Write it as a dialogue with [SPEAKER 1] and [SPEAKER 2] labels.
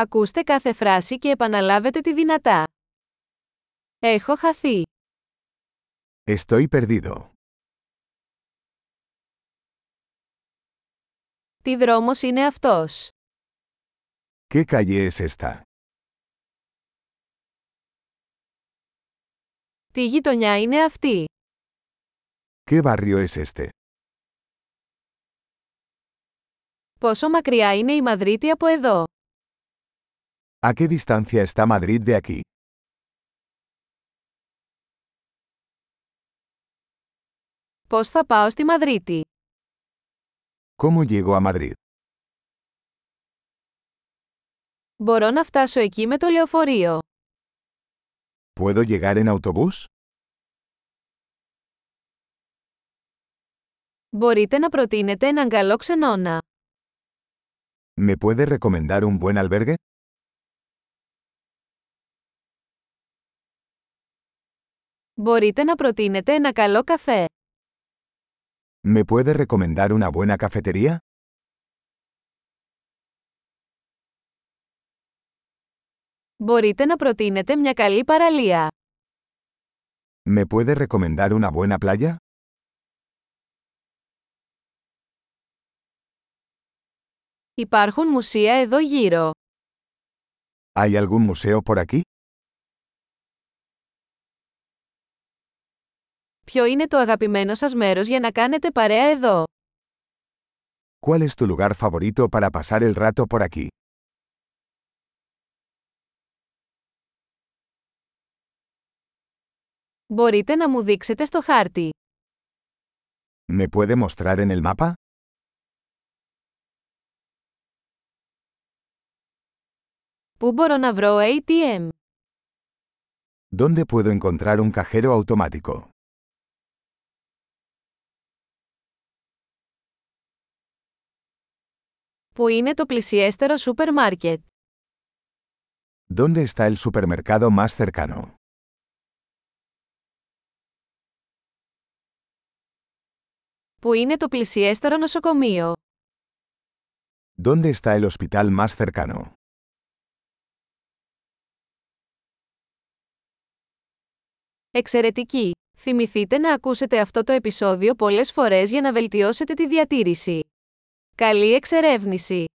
[SPEAKER 1] Ακούστε κάθε φράση και επαναλάβετε τη δυνατά. Έχω χαθεί.
[SPEAKER 2] Estoy perdido.
[SPEAKER 1] Τι δρόμος είναι αυτός.
[SPEAKER 2] ¿Qué calle es esta?
[SPEAKER 1] Τι γειτονιά είναι αυτή.
[SPEAKER 2] ¿Qué barrio es este?
[SPEAKER 1] Πόσο μακριά είναι η Μαδρίτη από εδώ.
[SPEAKER 2] ¿A qué distancia está Madrid de aquí?
[SPEAKER 1] Πώς θα πάω στη Μαδρίτη.
[SPEAKER 2] ¿Cómo llego a Madrid?
[SPEAKER 1] Μπορώ να φτάσω εκεί με το λεωφορείο.
[SPEAKER 2] ¿Puedo llegar en autobús?
[SPEAKER 1] Μπορείτε να προτείνετε έναν καλό ξενώνα.
[SPEAKER 2] ¿Me puede recomendar un buen albergue?
[SPEAKER 1] Μπορείτε να προτείνετε ένα καλό καφέ.
[SPEAKER 2] ¿Me puede recomendar una buena cafetería?
[SPEAKER 1] Μπορείτε να προτείνετε μια καλή παραλία.
[SPEAKER 2] ¿Me puede recomendar una buena playa?
[SPEAKER 1] Υπάρχουν μουσεία εδώ γύρω.
[SPEAKER 2] ¿Hay algún museo por aquí?
[SPEAKER 1] Ποιο είναι το αγαπημένο σας μέρος για να κάνετε παρέα εδώ.
[SPEAKER 2] ¿Cuál es tu lugar favorito para pasar el rato por aquí?
[SPEAKER 1] Μπορείτε να μου δείξετε στο χάρτη.
[SPEAKER 2] ¿Me puede mostrar en el mapa?
[SPEAKER 1] Πού μπορώ να βρω ATM.
[SPEAKER 2] ¿Dónde puedo encontrar un cajero automático?
[SPEAKER 1] Πού είναι το πλησιέστερο σούπερ μάρκετ.
[SPEAKER 2] ¿Dónde está el supermercado más cercano?
[SPEAKER 1] Πού είναι το πλησιέστερο νοσοκομείο.
[SPEAKER 2] ¿Dónde está el hospital más cercano?
[SPEAKER 1] Εξαιρετική! Θυμηθείτε να ακούσετε αυτό το επεισόδιο πολλές φορές για να βελτιώσετε τη διατήρηση. Καλή εξερεύνηση!